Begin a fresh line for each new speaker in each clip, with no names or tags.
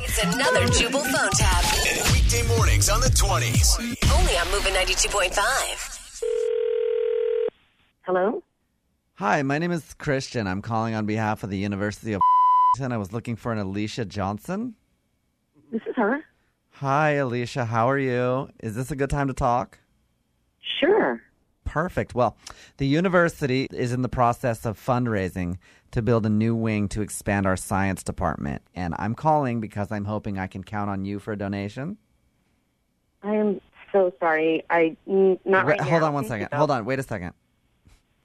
It's another Jubal phone tab.
And weekday mornings on the 20s.
Only on Moving 92.5.
Hello?
Hi, my name is Christian. I'm calling on behalf of the University of and I was looking for an Alicia Johnson.
This is her?
Hi, Alicia. How are you? Is this a good time to talk?
Sure.
Perfect. Well, the university is in the process of fundraising to build a new wing to expand our science department. And I'm calling because I'm hoping I can count on you for a donation.
I am so sorry. I n- not right,
Wait,
now.
hold on one
Please
second.
go.
Hold on. Wait a second.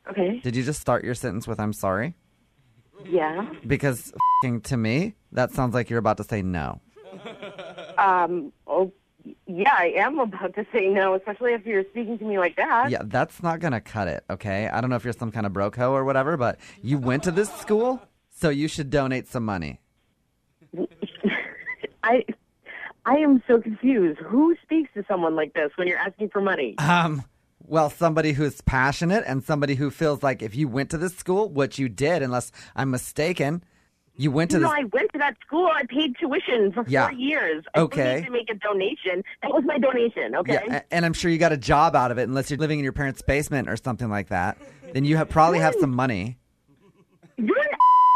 Okay.
Did you just start your sentence with I'm sorry?
Yeah.
Because fing to me, that sounds like you're about to say no.
Um. Oh, yeah. I am about to say no, especially if you're speaking to me like that.
Yeah, that's not gonna cut it, okay? I don't know if you're some kind of broco or whatever, but you went to this school, so you should donate some money.
I. I am so confused. Who speaks to someone like this when you're asking for money?
Um, well, somebody who's passionate and somebody who feels like if you went to this school, what you did, unless I'm mistaken, you went to
no,
this.
I went to that school. I paid tuition for
Yeah.
four years. I didn't
Okay.
need to make a donation. That was my donation. Okay.
Yeah, a- and I'm sure you got a job out of it, unless you're living in your parents' basement or something like that. Then you have, probably have some money.
You're an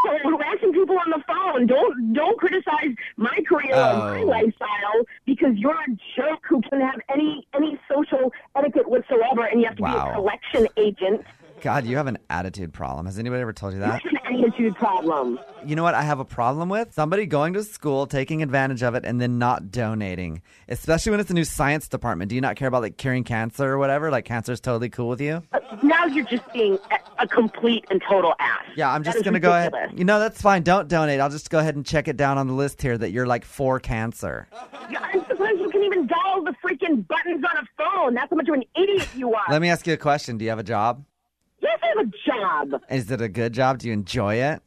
asshole harassing people on the phone. Don't don't criticize my career or my
Oh.
lifestyle because you're a jerk who can have any any social etiquette whatsoever, and you have to be
Wow.
a collection agent.
God, you have an attitude problem. Has anybody ever told you that?
That's an attitude problem.
you know what I have a problem with? Somebody going to school, taking advantage of it, and then not donating. Especially when it's a new science department. Do you not care about like curing cancer or whatever? Like cancer's totally cool with you?
Uh, Now you're just being a, a complete and total ass.
Yeah, I'm
That
just
is
gonna go ahead.
ridiculous.
You know, that's fine. Don't donate. I'll just go ahead and check it down on the list here that you're like for cancer.
Yeah, I'm surprised you can even dial the freaking buttons on a phone. That's how much of an idiot you are.
Let me ask you a question. Do you have a job?
yes, I have a job.
Is it a good job? Do you enjoy it?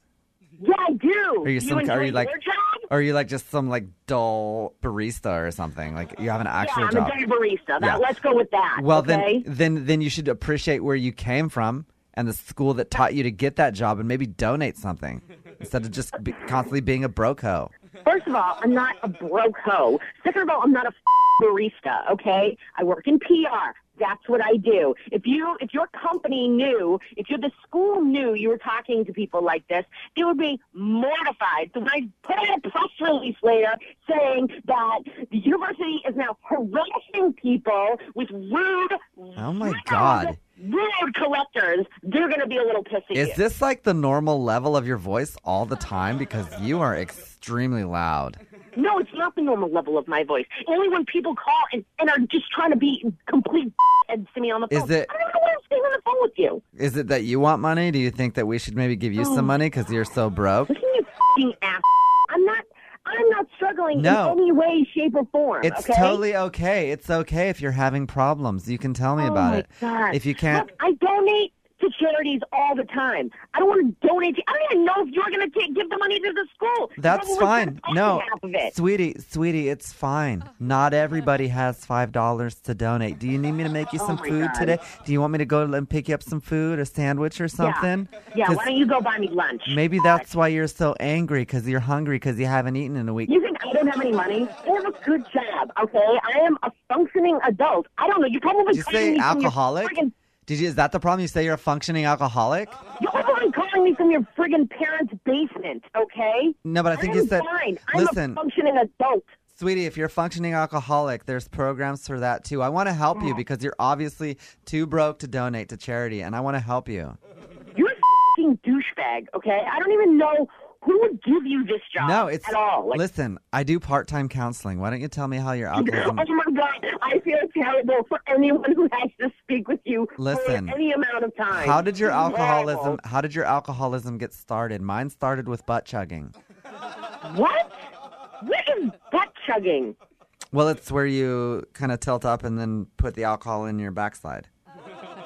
Yeah, I do.
Are you
do
some-
you enjoy
are you like-
your job?
Or are you like just some like dull barista or something? Like you have an
Yeah,
actual
I'm
job.
a dirty barista. That,
Yeah.
Let's go with that.
Well,
okay?
then, then, then you should appreciate where you came from and the school that taught you to get that job, and maybe donate something instead of just be, constantly being a broco.
First of all, I'm not a broke hoe. Second of all, I'm not a f- barista. Okay, I work in PR. That's what I do. If you, if your company knew, if your the school knew you were talking to people like this, they would be mortified. So when I put out a press release later saying that the university is now harassing people with rude,
Oh my
rude,
God.
rude collectors, they're going to be a little pissy.
Is this like the normal level of your voice all the time? Because you are extremely loud.
No, it's not the normal level of my voice. Only when people call and, and are just trying to be complete heads to me on the
Is
phone.
it-
I don't know why I'm staying on the phone with you.
Is it that you want money? Do you think that we should maybe give you
Oh.
some money because you're so broke?
Listen, you fucking ass. I'm not. I'm not struggling
No.
in any way, shape, or form.
It's
okay?
totally okay. It's okay if you're having problems. You can tell me
Oh
about
my
it.
God.
If you can't,
Look, I donate to charities all the time. I don't want to donate. To, I don't even know if you're going to take, give the money to the school.
That's
Probably
fine.
just
No,
half of it.
sweetie, sweetie, it's fine. Not everybody has five dollars to donate. Do you need me to make you some
Oh my
food
God.
today? Do you want me to go and pick you up some food, a sandwich or something?
Yeah.
'Cause
Why don't you go buy me lunch?
Maybe that's why you're so angry because you're hungry because you haven't eaten in a week.
You think I don't have any money? I have a good job, okay? I am a functioning adult. I don't know. You probably
Did you
calling
say
me
alcoholic?
From your friggin-
Did you? Is that the problem? You say you're a functioning alcoholic?
you're probably calling me from your friggin' parents' basement, okay?
No, but I think
I'm
you said.
fine. I'm
Listen,
a functioning adult.
Sweetie, if you're a functioning alcoholic, there's programs for that too. I want to help
Mm.
you because you're obviously too broke to donate to charity, and I want to help you.
You're a fucking douchebag, okay? I don't even know who would give you this job
No, it's
at all. Like,
listen. I do part time counseling. Why don't you tell me how your
Oh
alcoholism?
my god, I feel terrible for anyone who has to speak with you
Listen,
for any amount of time.
How did your
This is
alcoholism? How did your alcoholism get started? Mine started with butt chugging.
horrible. What? What is butt chugging?
Well, it's where you kind of tilt up and then put the alcohol in your backside.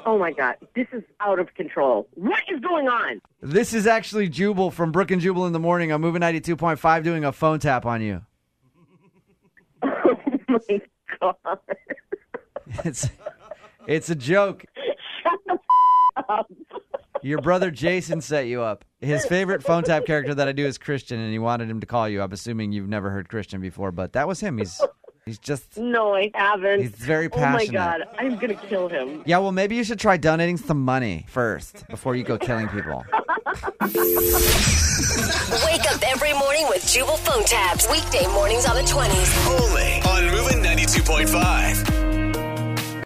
Oh my God, this is out of control. What is going on?
This is actually Jubal from Brook and Jubal in the morning. I'm moving ninety two point five, doing a phone tap on you.
Oh my God.
It's it's a joke.
Shut the f- up.
Your brother Jason set you up. His favorite phone tap character that I do is Christian, and he wanted him to call you. I'm assuming you've never heard Christian before, but that was him. He's he's just
No, I haven't.
He's very
Oh
passionate.
my god, I'm gonna kill him.
yeah. Well, maybe you should try donating some money first before you go killing people.
Wake up every morning with Jubal phone tabs. Weekday mornings on the 20s.
Only on Moving 92.5.